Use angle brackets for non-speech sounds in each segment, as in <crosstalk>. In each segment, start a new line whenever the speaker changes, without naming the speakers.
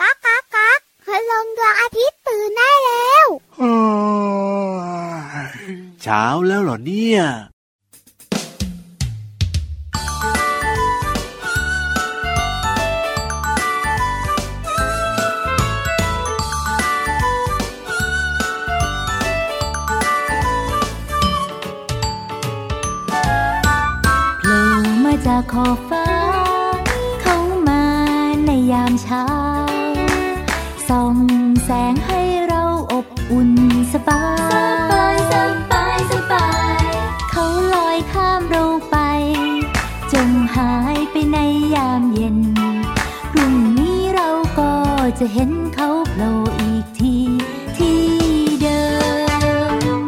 ก๊ากก๊ากก๊ากคืนลงดวงอาทิตย์ตื่นได้แล้ว
เช้าแล้วเหรอเนี่ย
โผล่มาจากขอบฟ้า เข้ามาในยามเช้า ส่องแสงให้เราอบอุ่นสบาย สบาย สบาย เขาลอยข้ามเราไป จงหายไปในยามเย็น พรุ่งนี้เราก็จะเห็นเขาโผล่อีกที ที่เดิม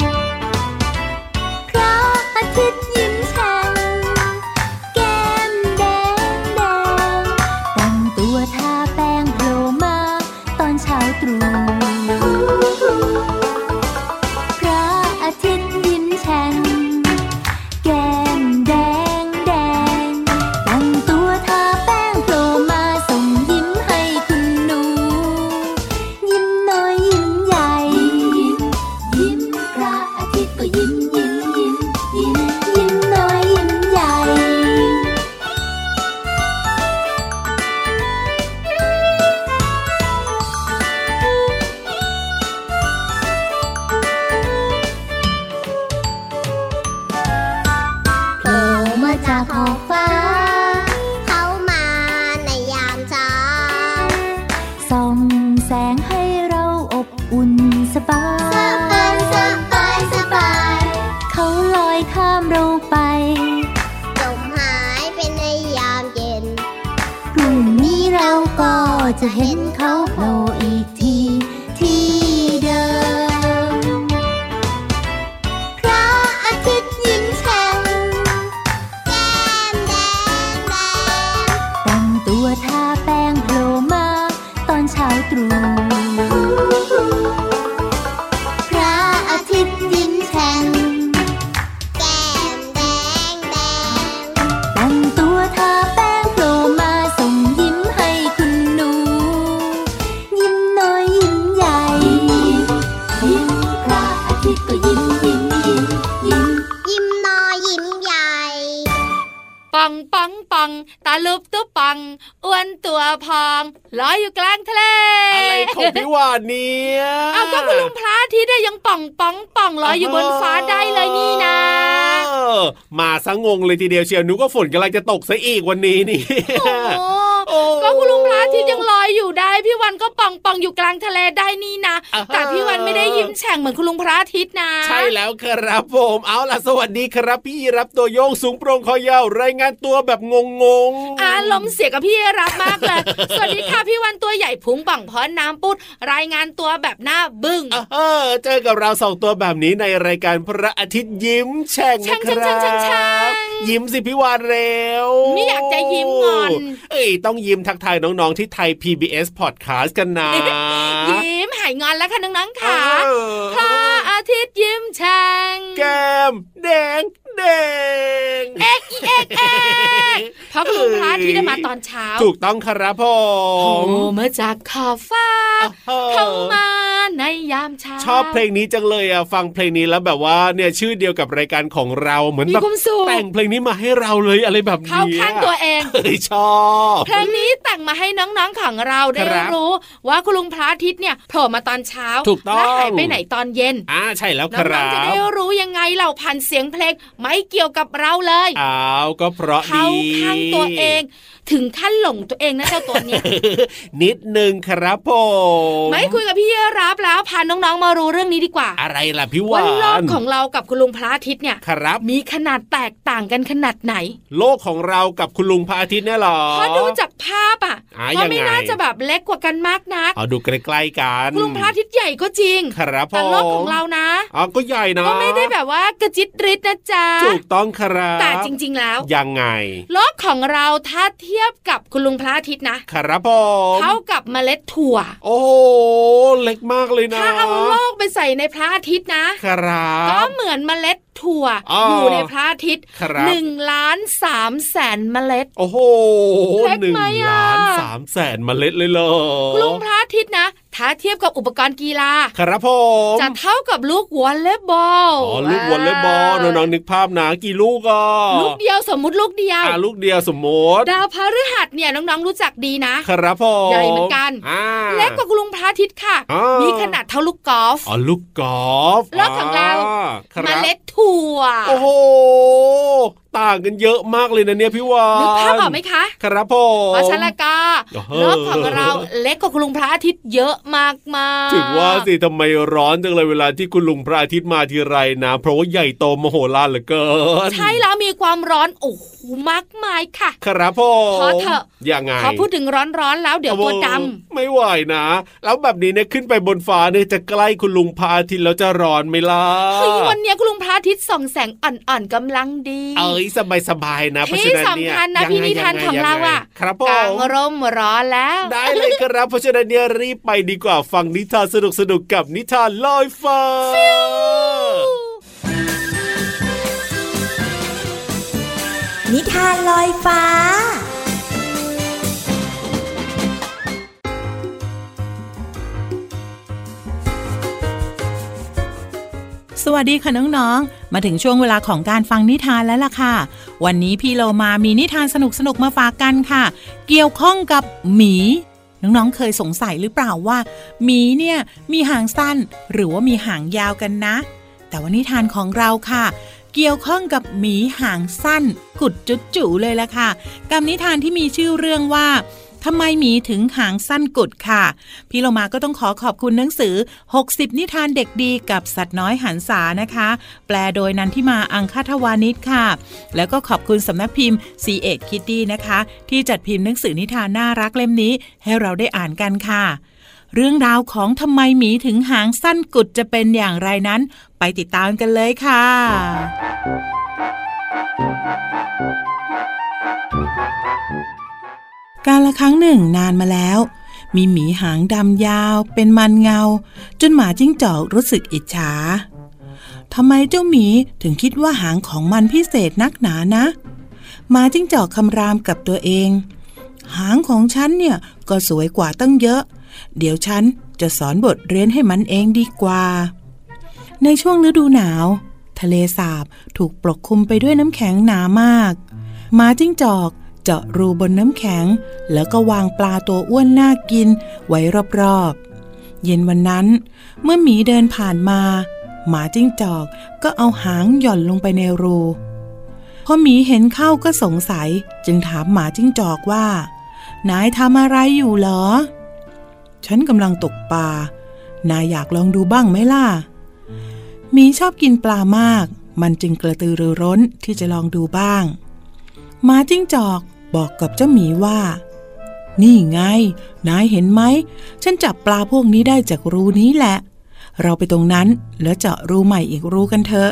พระอาทิตย์ยิ้มแฉ่งแก้มแดงแดงแต่งตัวทาแป้งโผล่มาตอนเช้าตรู่พระอาทิตย์ยิ้มแฉ่งแก้มแดงแดงแต่งตัวทาแป้งโผล่มาส่งยิ้มให้คุณหนู ยิ้มน้อยยิ้มใหญ่ ยิ้มพระอาทิตย์ก็ยิ้มยิ้มยิ้มยิ้มยิ้มน้อยยิ้มใหญ่ โผล่มาจากขอบฟ้า
เขามาในยามเช้า
ส่องแสงให้เราอบอุ่นสบาย สบาย สบาย เขาลอยข้ามเราไป
จมหายไปในยามเย็น
พรุ่งนี้เราก็จะเห็นเขาโผล่อีกทีที่เดิม พระอาทิตย์ยิ้มแฉ่ง
แก้มแดงแดง
แต่งตัวทาแป้งโผล่มาตอนเช้าตรู่พระอาทิตย์ยิ้มแฉ่ง
แก้มแดงแดง
แต่งตัวทาแป้งโผล่มาส่งยิ้มให้คุณหนู ยิ้มน้อยยิ้มใหญ่ ยิ้มพระอาทิตย์ก็ยิ้มยิ้มยิ้มยิ้ม
ยิ้มน้อยยิ้มใหญ่
ปังปังปังตาลุบตุ๊บปังอ้วนตัวพองลอยอยู่กลางทะเล
อะไรของ
<laughs>
พี่วานเนี่ย
เอาก็คุณลุงพระอาทิตย์เนี่ยยังป่องป่องป่องลอยอยู่บนฟ้าได้เลยนี่นะ
เออมาซะงงเลยทีเดียวเชียวหนูก็ฝนกำลังจะตกซะอีกวันนี้นี่
โอ้โห
โอ้
ก็คุณลุงพระอาทิตย์ยังลอยอยู่ได้ พี่วันก็ป่องป่องอยู่กลางทะเลได้นี่นะ
อ่าฮะ
แต่พี่วันไม่ได้ยิ้มแฉ่งเหมือนคุณลุงพระอาทิตย์นะ
ใช่แล้วครับผม เอาล่ะสวัสดีครับ พี่รับตัวโยงสูงโปร่งคอยาวรายงานตัวแบบงงงๆ
อารมณ์เสียกับพี่รับมากเลย สวัสดีค่ะพี่วันตัวใหญ่พุงป่องพอนน้ำปุดรายงานตัวแบบหน้าบึ้ง
เออเจอกับเราสองตัวแบบนี้ในรายการพระอาทิตย์ยิ้มแฉ่งนะค
แฉ่ง
รั
แฉ่งแฉ่งแฉ่
บ
ง
ยิ้มสิพี่วานเร็ว
ไม่อยากจะยิ้มงอน
เอ้ยต้องยิ้มทักทายน้องๆที่ไทย PBS Podcast กันนะ
ยิ้มหายงอนแล้วค่ะน้องๆค่ะ
เออ
พระอาทิตย์ยิ้มแฉ่ง
แก้มแดงแดง
เอกอีเอกเอกเพราะคุณลุงพระอาทิตย์ได้มาตอนเช้า
ถูกต้องครับผ
โผม ล่มาจากขอบฟ้า
เออ
เข้ามาในยามเช้า
ชอบเพลงนี้จังเลยอ่ะฟังเพลงนี้แล้วแบบว่าเนี่ยชื่อเดียวกับรายการของเราเหมือน
มี
แบบ
ความสุข
แต่งเพลงนี้มาให้เราเลยอะไรแบบนี้
เข้าข้างตัวเอง
เฮ้ยชอบ
เพลงนี้แต่งมาให้น้องๆของเราได้
ครับ
รู้ ว่าคุณลุงพระอาทิตย์เนี่ยโผล่มาตอนเช้า
ถูกต้อง
และหายไปไหนตอนเย็น
อ่าใช่แล้วค
น้
รั
องๆจะได้
บ
รู้ยังไงเหล่าพันเสียงเพลงไม่เกี่ยวกับเราเลย
อ้าวก็เพราะ
เขา
ดี
ข้างตัวเอง ถึงขั้นหลงตัวเองนะเจ้าตัว
<laughs>
เนี้ย
นิดนึงครับผม
ไม่คุยกับพี่รับแล้วพาน้องๆมารู้เรื่องนี้ดีกว่า
อะไรล่ะพี่
ว่าว
าน
โลกของเรากับคุณลุงพระอาทิตย์เนี่ย
ครับ
มีขนาดแตกต่างกันขนาดไหน
โลกของเรากับคุณลุงพระอาทิตย์เนี่ยหรอ
เพราะดูจากภาพอ่ะ
อ่ะ
ก็ไม่
ยังไง
น่าจะแบบเล็กกว่ากันมากนัก
เอาดูใกล้ๆกัน
คุณลุงพระอาทิตย์ใหญ่ก็จริง
ครับผม
แต่โลกของเรานะ
อ๋อก็ใหญ่นะ
ก็ไม่ได้แบบว่ากระจิตริดนะจ๊ะ
ถูกต้องครับ
แต่จริงๆแล้ว
ยังไง
โลกของเราถ้าเทียบ ทียบกับคุณลุงพระอาทิตย์นะครับ
ผม
เท่ากับเมล็ดถั่ว
โอ้โหเล็กมากเลยนะ
ถ้าเอาโลกไปใส่ในพระอาทิตย์นะ
ครั
ก็
บ
เหมือนเมล็ดถั่ว
อ๋ออ
อยู่ในพระอาทิตย์
ครับ
หนึ่งล้านสามแสนเมล็ด
โอ้โห
เล็ก
หนึ่ง
ไหมอะ
ล้านสามแสนเมล็ดเลยเหรอ
คุณลุงพระอาทิตย์นะ ถ้าเทียบกับอุปกรณ์กีฬา
ครับผม
จะเท่ากับลูกวอลเลย์บอล
อ๋อลูกวอลเลย์บอลน้องๆนึกภาพนะกี่ลูกอ่ะ
ลูกเดียวสมมุติลูกเดียว
อ่ะลูกเดียวสมมติ
ดาวพฤหัสเนี่ยน้องๆรู้จักดีนะ
ครับผม
ใหญ่เหมือนกัน
า
เล็กกว่าคุณลุงพระอาทิตย์ค่ะ
อ๋อ
มีขนาดเท่าลูกกอล์ฟ
อ๋อลูกกอล์ฟ
โลกของเรา
อ่คบ
เมล็ดถั่ว
โอ้โหต่างกันเยอะมากเลยนะเนี่ยพี่วาน
นึกภาพออกไหมคะ
ครับผม
เพราะฉะนันแล้วก็
โอ้โห
โลกของเราเล็กกว่าคุณลุงพระอาทิตย์เยอะมากมา
ถึงว่าสิทำไมร้อนจังเลยเวลาที่คุณลุงพระอาทิตย์มาทีไรนะ เพราะว่าใหญ่โตมโหฬารเหลือเกิน
ใช่แล้วมีความร้อนโอ้โหมากมายค่ะ
ครับผม
ขอเถอะ
ยังไง
พอพูดถึงร้อนๆแล้วเดี๋ยวตัวด
โอ้โหไม่ไหวนะ แล้วแบบนี้เนี่ยขึ้นไปบนฟ้าเนี่ยจะใกล้คุณลุงพระอาทิตย์แล้วจะร้อนไหมล่ะ
ำเฮ้ยวันเนี้ยคุณลุงพระอาทิตย์ส่องแสงอ่อนๆกำลังดี
เอ้ยสบายสบายๆนะเพราะ
ที่
ฉะนั้นเนี่ย
สำคัญนะ
ยังไง
พี่นิทาน
ยังไ
ของเรา
ยังไง
อะ
ครับผ
กลาง
ม
ร่มร้อนแล้ว
ได้เลยครับเพราะฉะนั้นเนี่ยรีบไปดีกว่าฟังนิทานสนุกๆ กับนิทานลอยฟ้า
นิทานลอยฟ้า
สวัสดีค่ะน้องๆ มาถึงช่วงเวลาของการฟังนิทานแล้วล่ะค่ะ วันนี้พี่โลมามีนิทานสนุกๆ มาฝากกันค่ะ เกี่ยวข้องกับหมี น้องๆ เคยสงสัยหรือเปล่าว่าหมีเนี่ยมีหางสั้นหรือว่ามีหางยาวกันนะ แต่ว่านิทานของเราค่ะ เกี่ยวข้องกับหมีหางสั้น กุดจุดจูเลยล่ะค่ะ กับนิทานที่มีชื่อเรื่องว่าทำไมหมีถึงหางสั้นกุดค่ะ พี่เรามาก็ต้องขอขอบคุณหนังสือ 60 นิทานเด็กดีกับสัตว์น้อยหันษานะคะ แปลโดยนันทิมาอังคาทวานิชค่ะ แล้วก็ขอบคุณสำนักพิมพ์ c ีเอ็ดคิตตี้นะคะ ที่จัดพิมพ์หนังสือนิทานน่ารักเล่มนี้ ให้เราได้อ่านกันค่ะ เรื่องราวของทำไมหมีถึงหางสั้นกุดจะเป็นอย่างไรนั้น ไปติดตามกันเลยค่ะ การละครั้งหนึ่งนานมาแล้ว มีหมีหางดำยาวเป็นมันเงา จนหมาจิ้งจอกรู้สึกอิจฉาทำไมเจ้าหมีถึงคิดว่าหางของมันพิเศษนักหนานะ หมาจิ้งจอกคำรามกับตัวเอง หางของฉันเนี่ยก็สวยกว่าตั้งเยอะ เดี๋ยวฉันจะสอนบทเรียนให้มันเองดีกว่า ในช่วงฤดูหนาว ทะเลสาบถูกปกคลุมไปด้วยน้ำแข็งหนามากหมาจิ้งจอกเจาะรูบนน้ำแข็ง แล้วก็วางปลาตัวอ้วนน่ากินไว้รอบๆ เย็นวันนั้น เมื่อหมีเดินผ่านมา หมาจิ้งจอกก็เอาหางหย่อนลงไปในรูพอหมีเห็นเข้าก็สงสัย จึงถามหมาจิ้งจอกว่า นายทำอะไรอยู่เหรอ ฉันกำลังตกปลานายอยากลองดูบ้างไหมล่ะ หมีชอบกินปลามาก มันจึงกระตือรือร้นที่จะลองดูบ้างหมาจิ้งจอกบอกกับเจ้าหมีว่า นี่ไง นายเห็นไหม ฉันจับปลาพวกนี้ได้จากรูนี้แหละ เราไปตรงนั้นแล้วเจาะรูใหม่อีกรูกันเถอะ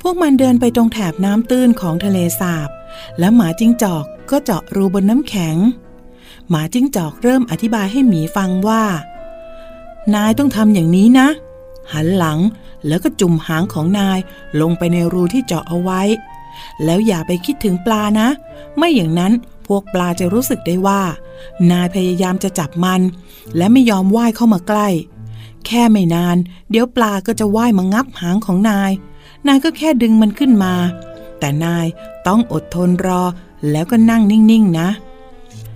พวกมันเดินไปตรงแถบน้ำตื้นของทะเลสาบ และหมาจิ้งจอกก็เจาะรูบนน้ำแข็ง หมาจิ้งจอกเริ่มอธิบายให้หมีฟังว่า นายต้องทำอย่างนี้นะ หันหลังแล้วก็จุ่มหางของนายลงไปในรูที่เจาะเอาไว้ แล้วอย่าไปคิดถึงปลานะ ไม่อย่างนั้นพวกปลาจะรู้สึกได้ว่า นายพยายามจะจับมัน และไม่ยอมว่ายเข้ามาใกล้ แค่ไม่นาน เดี๋ยวปลาก็จะว่ายมางับหางของนาย นายก็แค่ดึงมันขึ้นมา แต่นายต้องอดทนรอ แล้วก็นั่งนิ่งๆนะ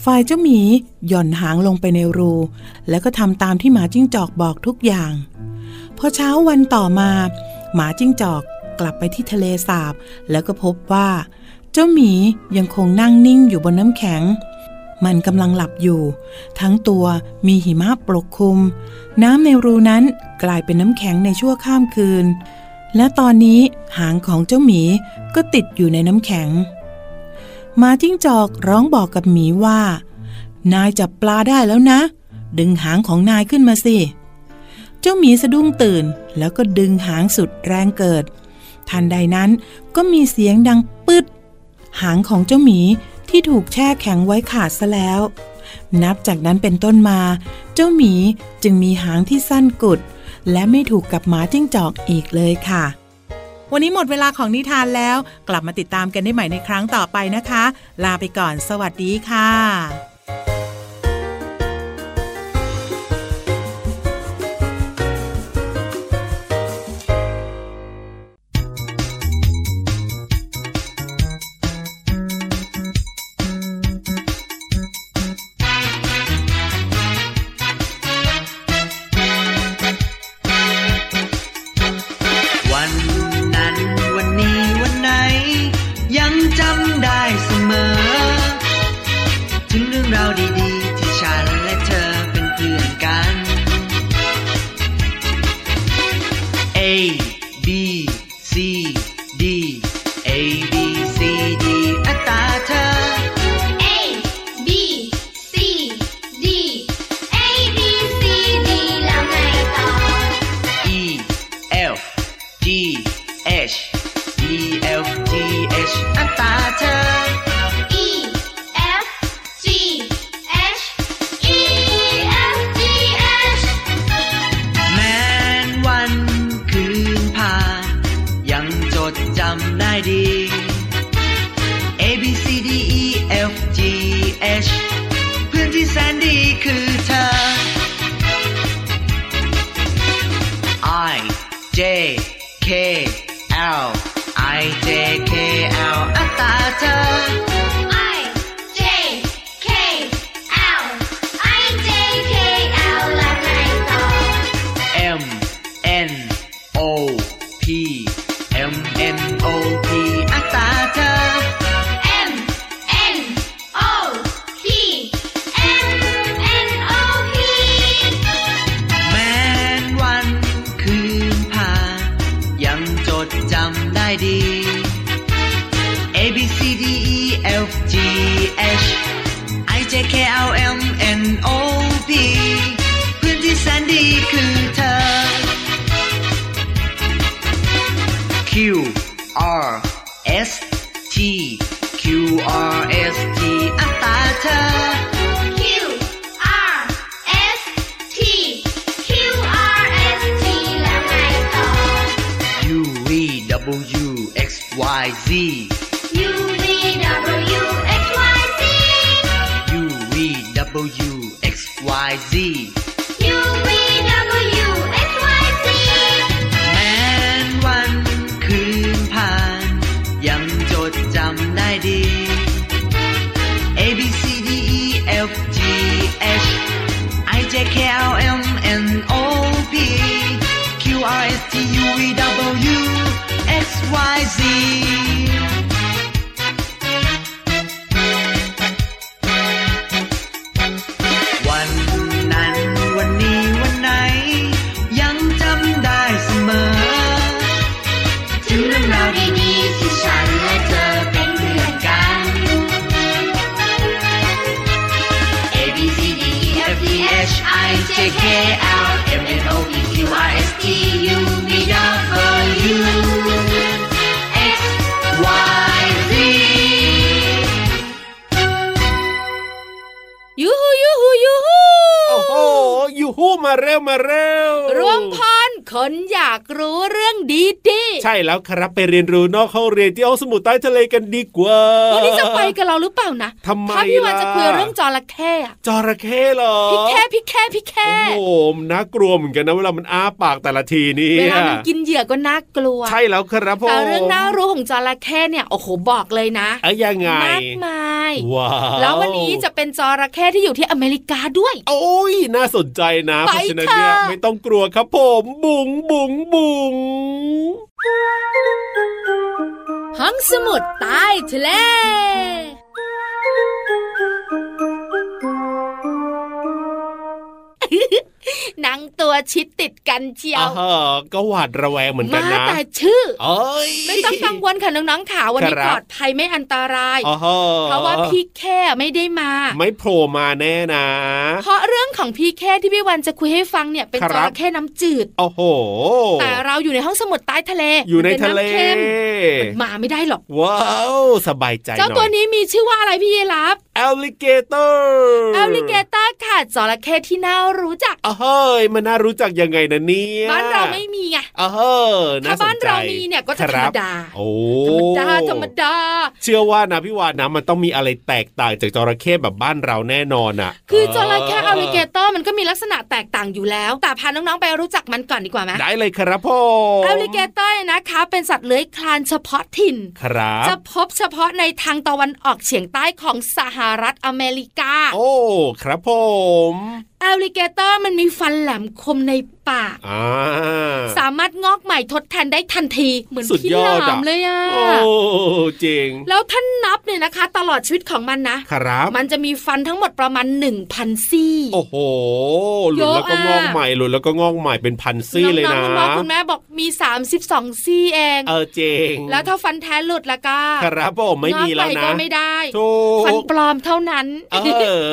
ฝ่ายเจ้าหมีหย่อนหางลงไปในรู แล้วก็ทำตามที่หมาจิ้งจอกบอกทุกอย่าง พอเช้าวันต่อมา หมาจิ้งจอกกลับไปที่ทะเลสาบ แล้วก็พบว่า เจ้าหมียังคงนั่งนิ่งอยู่บนน้ำแข็ง มันกำลังหลับอยู่ ทั้งตัวมีหิมะปกคลุม น้ำในรูนั้นกลายเป็นน้ำแข็งในชั่วข้ามคืน และตอนนี้หางของเจ้าหมีก็ติดอยู่ในน้ำแข็ง หมาจิ้งจอกร้องบอกกับหมีว่า นายจับปลาได้แล้วนะ ดึงหางของนายขึ้นมาสิ เจ้าหมีสะดุ้งตื่น แล้วก็ดึงหางสุดแรงเกิด ทันใดนั้นก็มีเสียงดังปึ๊ด หางของเจ้าหมี ที่ถูกแช่แข็งไว้ขาดซะแล้ว นับจากนั้นเป็นต้นมา เจ้าหมีจึงมีหางที่สั้นกุด และไม่ถูกกับหมาจิ้งจอกอีกเลยค่ะ วันนี้หมดเวลาของนิทานแล้ว กลับมาติดตามกันได้ใหม่ในครั้งต่อไปนะคะ ลาไปก่อนสวัสดีค่ะ
วันนั้นวันนี้วันไหน ยังจำได้เสมอ ถึงเรื่องราวดีๆ ที่ฉันและเธอเป็นเพื่อนกัน A B C D A B C D อัตราเธอ
A B C D A B C D แล้วไงต่อ
E F G H E F G H อัตราเธอ
E F G H E F G H
แม้นวันคืนผ่านยังจดจำได้ดี A B C D E F G H เพื่อนที่แสนดีคือเธอ I J K L I J K L อัตราเธอ
I J K L I J K L แล้วไงต่อ
M N O P M N O P อัตราเธอ
M N O P M N O P
แม้นวันคืนผ่านยังจดจำได้ดี A B C D E F G H I J K L M N O P เพื่อนที่แสนดีคือเธอ Q R S T Q R S T อัตราเธอ
Q R S T Q R S T แล้วไงต่อ
U V W X Y Z
U V W X Y Z
U V W X Y Z
U V W X Y Z
แม้นวันคืนผ่าน ยังจดจำได้ดี A B C D E F G H I J K L M N O P Q R S T U V W X Y Z วันนั้นวันนี้วันไหน ยังจำได้เสมอ
ถึงเรื่องราวดีๆที่ฉันและเธอเป็นเพื่อนกัน
A B C D E F G H I J K L M N O P Q R S T U V W
X
Y Z
ยูฮูยูฮูยูฮู
โอ้โหยูฮู้มาเร็วมาเร็ว
ร่วงพรคนอยากรู้เรื่องดีดีๆ
ใช่แล้วครับไปเรียนรู้นอกห้องเรียนที่ห้องสมุดใต้ทะเลกันดีกว่า
วันนี้จะไปกับเราหรือเปล่านะ
ทำไม
ถ้าพี่วัน
ล่ะ
จะคุยเรื่องจระเข้อะ
จระเข้เหรอ
พี่แค่พี่แค่พี่
โอ้
แค่
โหมันน่ากลัวเหมือนกันนะเวลามันอ้าปากแต่ละทีนี่
เวลามันกินเหยื่อก็น่ากลัว
ใช่แล้วครับผม
แต่เรื่องน่ารู้ของจระเข้เนี่ยโอ้โหบอกเลยนะ
เอ้ยยังไง
มากมาย
ว้าว
แล้ววันนี้จะเป็นจระเข้ที่อยู่ที่อเมริกาด้วย
โอ้ย น่าสนใจนะ เพ
ไป
ราะฉะนั้นเนี่ย
ค่ะ
ไม่ต้องกลัวครับผมบุ๋งบุ๋งบุ๋ง
ห้องสมุดใต้ทะเล นั่งตัวชิดติดกันเชีย
อ่าว ฮะก็หวาดระแวงเหมือนกันนะ
มาแต่ชื่อ
เอ้ย
ไม่ต้องกังวลค่ะน้องๆขาวันนี้
ครับ
ปลอดภัยไม่อันตราย
อ่าฮ
เพราะว่าพี่แค่ไม่ได้มา
ไม่โผล่มาแน่นะ
เพราะเรื่อง รื่องของพี่แค่ที่พี่วันจะคุยให้ฟังเนี่ยเป็น
ค
จ
รับ
ระเข้น้ำจืด
โอ้โห
แต่เราอยู่ในห้องสมุดใต้ทะเล
อยู่ใน
มัป็
ทะเล
ำค็มมันมาไม่ได้หรอก
ว้าว สบายใจห
เจ้า
น่
ตัว
อย
นี้มีชื่อว่าอะไรพี่ยีรับ
แอลลิเกเตอร์
แอลลิเกเตอร์ค่ะจระเข้ที่น่ารู้จัก
อ้าวเฮ้ยมันน่ารู้จักยังไงนะเนี่ย
บ้านเราไม่มีไง
อ้าวเฮ้ยน่า
ถ้า
สนใจ
บ้านเรามีเนี่ยก็จะธรรมดา
ครับโอ้
ธรรมดาธรรมดา
เชื่อว่านะพี่วานนะมันต้องมีอะไรแตกต่างจากจระเข้แบบบ้านเราแน่นอนอ่ะ
คือจระเข้อัลลิเกเตอร์มันก็มีลักษณะแตกต่างอยู่แล้ว แต่พาน้องๆไปรู้จักมันก่อนดีกว่าไหม
ได้เลยครับผม
อัลลิเกเตอร์นะคะ เป็นสัตว์เลื้อยคลานเฉพาะถิ่น
ครับ
จะพบเฉพาะในทางตะวันออกเฉียงใต้ของสหรัฐอเมริกา
โอ้ ครับผม
อัลลิเกเตอร์มันมีฟันแหลมคมในปาก
อ่า
สามารถงอกใหม่ทดแทนได้ทันที เหมือน
สุด
พี่
ย
ห
อดอะ
ลามเลยอะ
โอ้จริง
แล้วท่านนับเนี่ยนะคะ ตลอดชีวิตของมันนะ
ครับ
มันจะมีฟันทั้งหมดประมาณ 1,000 ซี่
โอ้โห หลุด
เยอะ
แล้วก็งอก
อะ
ใหม่ หลุดแล้วก็งอกใหม่เป็นพันซี่เลย
น้องๆคุณ
นะ
พ่อคุณแม่บอกมี 32 ซี่เอง
เออจริง
แล้วถ้าฟันแท้หลุดละก็
ครับผมไม่มีแล้ว
งอกป
นะ
ก็ไม่ได้
ถูก
ฟันปลอมเท่านั้น
เอ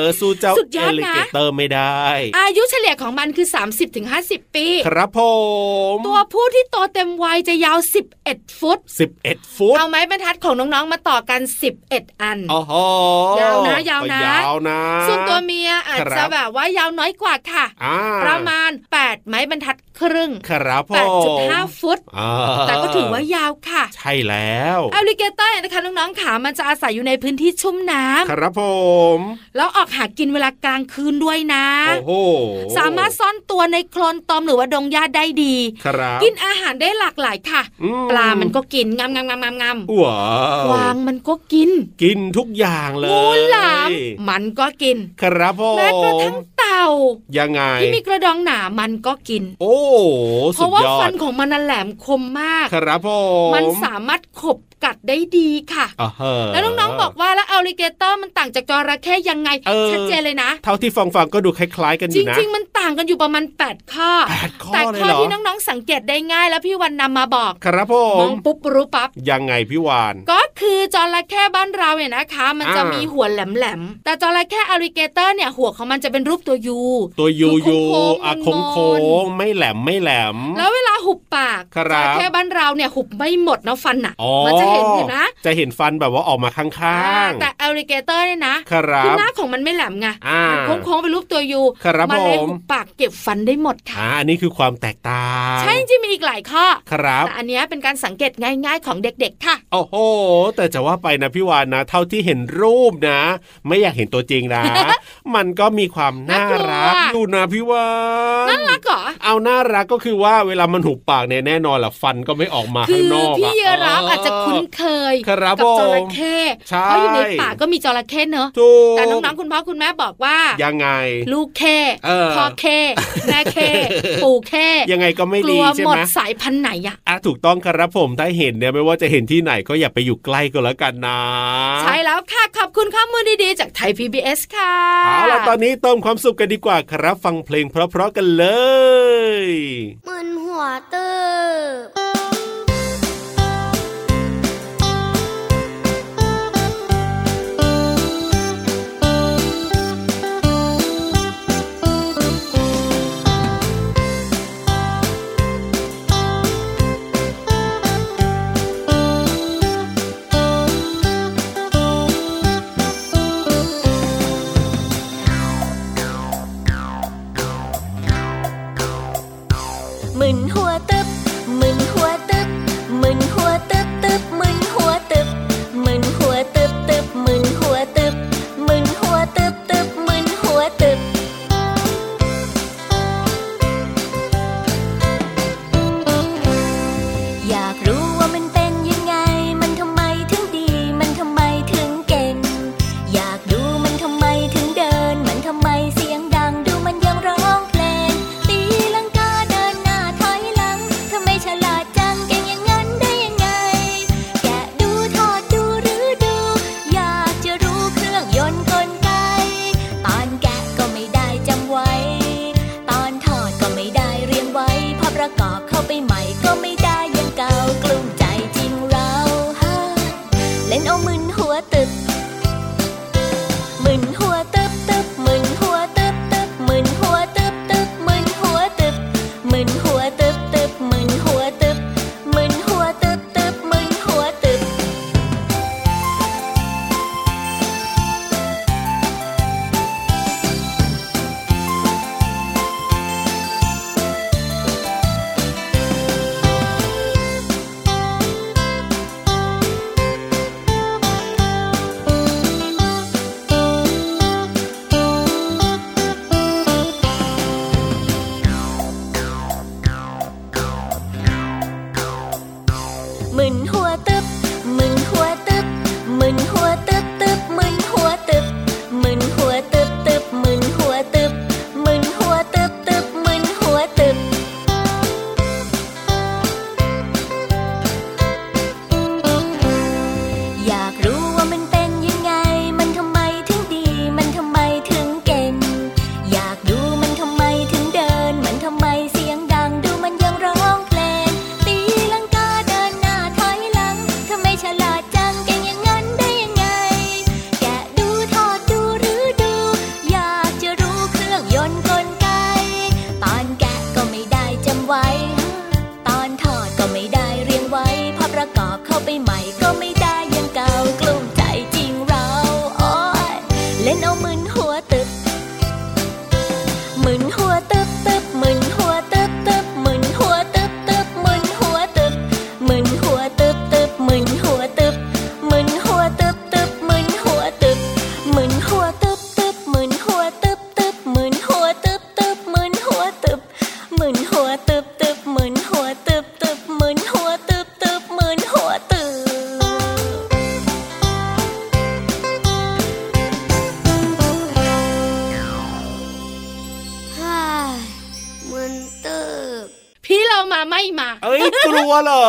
อ สู้เจ้า
สุดย
เอ
อดนะ
ลิเกเตอร์ไม่ได้
<laughs> อายุเฉลี่ยของมันคือ 30-50 ปี
ครับผม
ตัวผู้ที่โตเต็มวัยจะยาว 11 ฟุต
11 ฟุต
เอาไม้บรรทัดของน้องๆมาต่อกัน 11 อัน
โอ้โห
ยาวนะยาวนะ
ก็ยาวนะ
ส่วนตัวเมียอาจ
ครั
จะ
บ
แบบว่ายาวน้อยกว่าค่ะ
อ่า
ประมาณ 8 ไม้บรรทัดครึ่ง
ครับผม
8.5 ฟุต
อ่า
แต่ก็ถือว่ายาวค่ะ
ใช่แล้ว
อัลลิเกเตอร์นะคะน้องๆขามันจะอาศัยอยู่ในพื้นที่ชุ่มน้ำ
ครับผม
แล้วออกหากินเวลากลางคืนด้วยนะ
โอ้โห
สามารถซ่อนตัวในโคลนตอมหรือว่าดงหญ้าได้ดี
ครับ
กินอาหารได้หลากหลายค่ะ
อื
ปลามันก็กินงามงามงามงามงาม
ว้าว
กวางมันก็กิน
กินทุกอย่างเลย
งูหลามมันก็กิน
ครับผ
แม้กระ
ม
ทั่งเต่า
ยังไง
ที่มีกระดองหนามันก็กิน
โอ้โห
เพ
สุด
ราะว่าย
อ
ฟั
ด
นของมันน่ะแหลมคมมาก
ครับผม
มันสามารถขบกัดได้ดีค่ะ
อ่าฮะ
แล้วน้องๆบอกว่าแล้วอัลลิเกเตอร์มันต่างจากจระเข้ยังไง
เออ
ชัดเจนเลยนะ
เท่าที่ฟังฟังๆก็ดูคล้ายๆกันอ
จ
ยู่นะ
ริง ๆ มันต่างกันอยู่ประมาณ 8 ข้อ
แปดข้อ
แต่
เลย
ข้อ
เหรอ
ที่น้องๆสังเกตได้ง่ายแล้วพี่วันนำมาบอก
ครับผม
อง
ม
ปุ๊บรู้ปั๊บ
ยังไงพี่วาน
ก็คือจระเข้บ้านเราเนี่ยนะคะ มันจะ
อ่า
มี
มี
หัวแหลมๆแต่จระเข้อัลลิเกเตอร์เนี่ยหัวของมันจะเป็นรูปตัวยู
ตัวยู
คือ
ยู
โค้งๆ
อะโคง
มนๆ
โค้งๆไม่แหลมไม่แหลม
แล้วเวลาหุบปาก
ครั
จ
บ
ระเข้บ้านเราเนี่ยหุบไม่หมดนะฟันอ่ะ
อ๋อ
มัจะเห็นเห็นนะ
จะเห็นฟันแบบว่าออกมาข้าง
แต่อัลลิเกเตอร์เนี่ยนะ
ๆ ครั
คือบ หน้าของมันไม่แหลมไง
อ่ามั
นโค้งๆเป็นรูปตัวยู
ครับ
มัเลย
ผม
หุบปากเก็บฟันได้หมดค่ะ
อ่าอันนี้คือความแตกต่าง
ใช่จริงๆมีอีกหลายข้อ
ครับ
แต่อันเนี้ยเป็นการสังเกตง่าย ๆ ของเด็กๆ ค่ะ
โอ้โห แต่จะว่าไปนะพี่วานนะ เท่าที่เห็นรูปนะ ไม่อยากเห็นตัวจริงนะ
<laughs>
มันก็มีความน่ารัก
น่ากลัว
อยู่นะพี่วาน
น่ารักเหรอ
เอาน่ารักก็คือว่าเวลามันหุบปากเนี่ยแน่นอนล่ะฟันก็ไม่ออกมา
คื
ข้าง
อน
อก
พี่เยรับ อาจจะคุ้น
เ
เคย
ครับ
กัจ
ผ
ระ
ม
เข้
ใช่
เพราะอยู่ในป่าก็มีจระเข้เนอะ
ถูก
แต่น้องๆคุณพ่อคุณแม่บอกว่า
ยังไง
ลูกเข้
เออ
พ่อเข้แม่เข้ปู่เข้
ยังไงก็ไม่
ก
ดี
ลัว
ใช่
หม
ไห
ด
ม
สายพันธุ์ไหนอะ
อ่ะถูกต้องครับผมถ้าเห็นเนี่ยไม่ว่าจะเห็นที่ไหนก็อย่าไปอยู่ใกล้ก็แล้วกันนะ
ใช่แล้วค่ะ ขอบคุณข้อมูลดีๆ จากไทย PBS ค่ะ
เอาล่ะตอนนี้เติมความสุขกันดีกว่าครับ ฟังเพลงเพราะๆกันเลย
มึนหัวเติบ
มึนหัวตึบมึนหัว
ไม่มา
เอ้ยกลัวเหรอ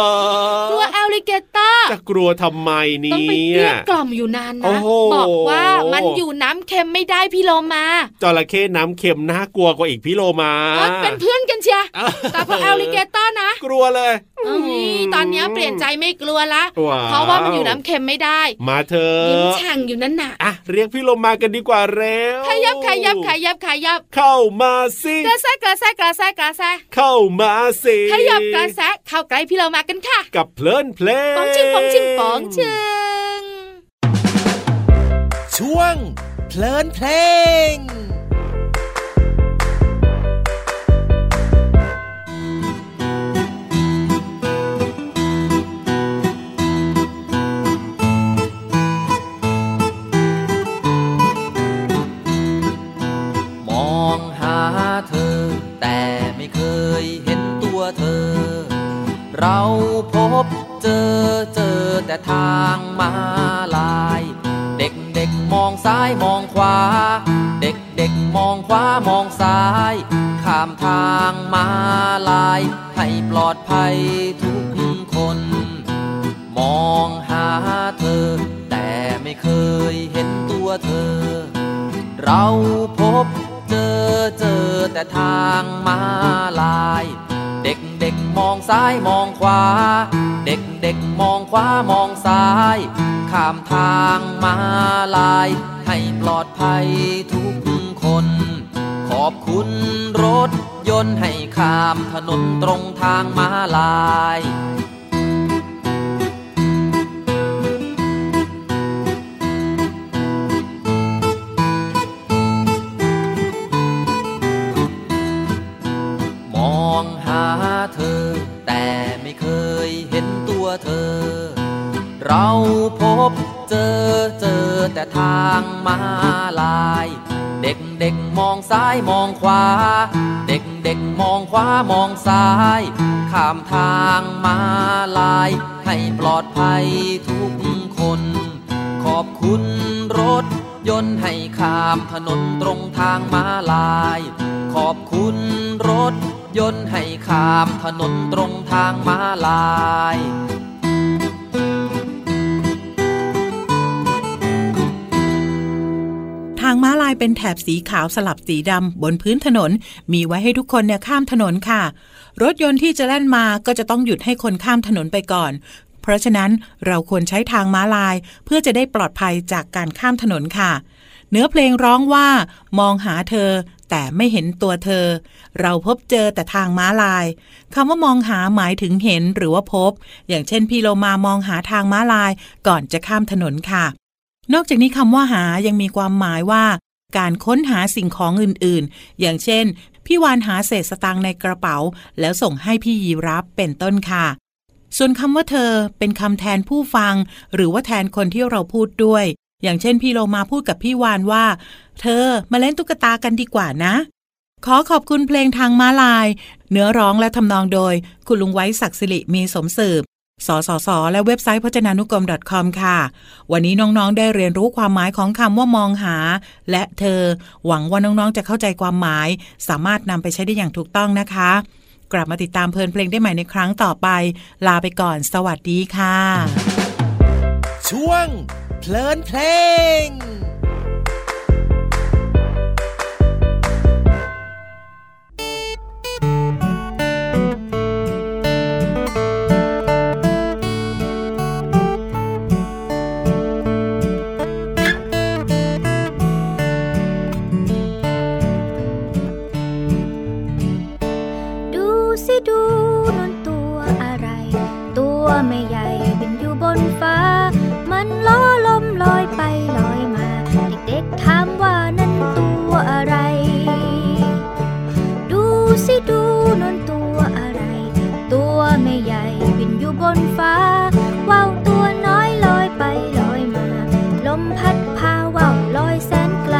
ก
ลัวแอลลิเก <laughs> เตอร์
จะกลัวทำไม
ต้
เนี่
องไปเก
ย
ลี้ยกล่อมอยู่นาน
โอ้
นะ
โห
บอกว่ามันอยู่น้ำเค็มไม่ได้พี่โลมา
จระเข้น้ำเค็มน่ากลัวกว่าอีกพี่โลมา
เอ้ยเป็นเพื่อนกันเชียร์แต่พอแอลลิเกเตอร์นะ
กลัวเลย
เอ้ยตอนเนี้ยเปลี่ยนใจไม่กลัวละ
ว้าว
เพราะว่ามันอยู่น้ำเค็มไม่ได้
มาเถอ
ยิ้ม
ะ
แฉ่งอยู่นั่นน่ะ
อ่ะเรียกพี่โลมากันดีกว่าเร็ว
ขยับขยับขยับขยับ
เข้ามาสิ
กระแซะกระแซะกระแซะกระแซะ
เข้ามาสิ
ขยับกระแซะเข้าใกล้พี่โลมากันค่ะ
กับเพลินเพลง
ปองชิงปองชิงปองชิง
ช่วง เพลินเพลง
มองหาเธอ แต่ไม่เคยเห็นตัวเธอ เราพบเจอเจอแต่ทางมาลาย เด็กเด็กๆมองซ้ายมองขวา เด็กเด็กๆมองขวามองซ้าย ข้ามทางมาลาย ให้ปลอดภัยทุกคน มองหาเธอ แต่ไม่เคยเห็นตัวเธอ เราพบเจอเจอแต่ทางมาลาย เด็กเด็กๆมองซ้ายมองขวา เด็กเด็กๆมองขวามองซ้าย ข้ามทางมาลาย ให้ปลอดภัยทุกคน ขอบคุณรถยนต์ให้ข้ามถนนตรงทางมาลาย มองหาเธอ แต่ไม่เคยเห็นตัวเธอ เราพบเจอเจอแต่ทางมาลาย เด็กเด็กๆมองซ้ายมองขวา เด็กเด็กๆมองขวามองซ้าย ข้ามทางมาลาย ให้ปลอดภัยทุกคน ขอบคุณรถยนต์ให้ข้ามถนนตรงทางมาลาย ขอบคุณรถยนต์ให้ข้ามถนนตรงทางมาลาย
ทางม้าลายเป็นแถบสีขาวสลับสีดำบนพื้นถนน มีไว้ให้ทุกคนเนี่ยข้ามถนนค่ะ รถยนต์ที่จะแล่นมาก็จะต้องหยุดให้คนข้ามถนนไปก่อน เพราะฉะนั้นเราควรใช้ทางม้าลายเพื่อจะได้ปลอดภัยจากการข้ามถนนค่ะ เนื้อเพลงร้องว่า มองหาเธอ แต่ไม่เห็นตัวเธอ เราพบเจอแต่ทางม้าลายคำว่ามองหาหมายถึงเห็นหรือว่าพบ อย่างเช่นพี่โลมามองหาทางม้าลาย ก่อนจะข้ามถนนค่ะ นอกจากนี้คำว่าหายังมีความหมายว่า การค้นหาสิ่งของอื่นๆ อย่างเช่น พี่วานหาเศษสตางค์ในกระเป๋า แล้วส่งให้พี่ยีรับเป็นต้นค่ะ ส่วนคำว่าเธอเป็นคำแทนผู้ฟัง หรือว่าแทนคนที่เราพูดด้วย อย่างเช่นพี่โลมาพูดกับพี่วานว่า เธอมาเล่นตุ๊กตากันดีกว่านะ ขอขอบคุณเพลงทางม้าลาย เนื้อร้องและทำนองโดย คุณลุงไว้ศักดิ์สิริมีสมสืบ สสส และเว็บไซต์พจนานุกรม .com ค่ะ วันนี้น้องๆ ได้เรียนรู้ความหมายของคำว่ามองหา และเธอ หวังว่าน้องๆ จะเข้าใจความหมาย สามารถนำไปใช้ได้อย่างถูกต้องนะคะ กลับมาติดตามเพลินเพลงได้ใหม่ในครั้งต่อไป ลาไปก่อน สวัสดีค่ะ
ช่วง เพลินเพลง
ดูสิดูนนตัวอะไร ตัวไม่ใหญ่บินอยู่บนฟ้า มันล้อลมลอยไปลอยมา เด็กๆถามว่านั่นตัวอะไร ดูสิดูนนตัวอะไร ตัวไม่ใหญ่บินอยู่บนฟ้า ว่าวตัวน้อยลอยไปลอยมา ลมพัดพาว่าวลอยแสนไกล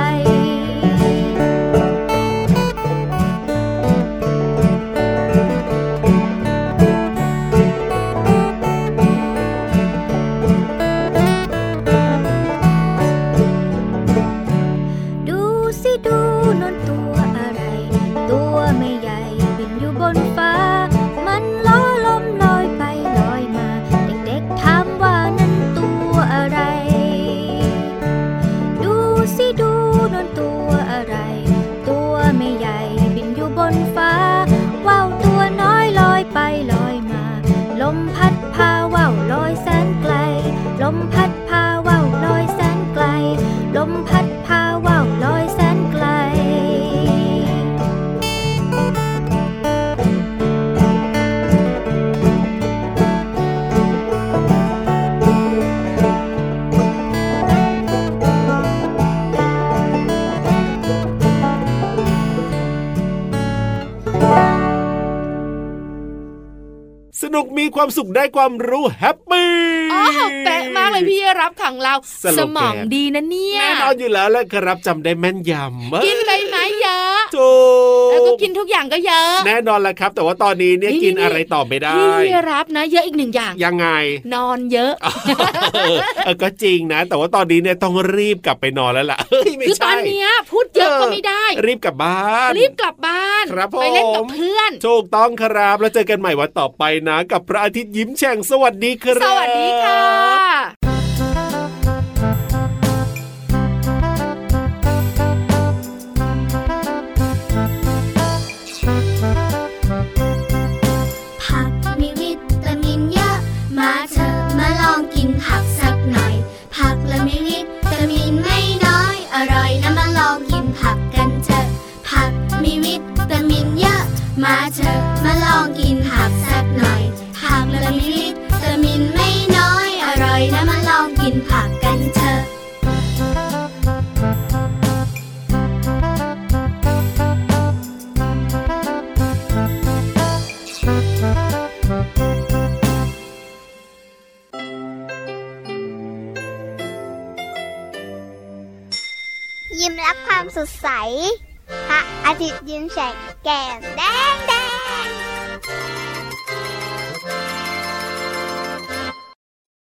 ดูสิดูนนตัวอะไร ตัวไม่ใหญ่บินอยู่บนฟ้า มันล้อ
นุกมีความสุขได้ความรู้แฮปปี้
อ๋อเป๊ะมากเลยพี่รับของเรา
สโลแกน
สมองดีนะเนี่ย
แน่นอนอยู่แล้วแหละครับจำได้แม่นยำมาก
กินใบไม้เยอะ
ถู
แล้วก็กินทุกอย่างก็เยอะ
แน่นอนแหละครับ แต่ว่าตอนนี้เนี่ย
นี่
กิน
นี่
อะไรต่อไม่ได้
พี่รับนะ เยอะอีกหนึ่งอย่าง
ยังไง
นอนเยอะ
เออเออก็จริงนะ แต่ว่าตอนนี้เนี่ยต้องรีบกลับไปนอนแล้วล่ะเฮ้ยไม่
คือต
ใช่
อนเนี้ยพูดเยอะก็ไม่ได้
เออรีบกลับบ้าน
รีบกลับบ้าน
ครับผม
ไปเล่นกับเพื่อน
ถูกต้องครับ แล้วเจอกันใหม่วันต่อไปนะ กับพระอาทิตย์ยิ้มแฉ่งสวัสดีครับ
สวัสดีค่ะ
ผักมีวิตามินเยอะ มาเถอะมาลองกินผักสักหน่อย ผักละมีวิตามินไม่น้อย อร่อยนะมาลองกินผักกันเถอะ ผักมีวิตามินเยอะ มาเถอะมาลองกินผักสักหน่อย ผักละมีวิตามินไม่น้อย อร่อยนะมาลองกินผักกันเถอะ
ยิ้มรับความสดใส พระอาทิตย์ยิ้มแฉกแก้มแดงแด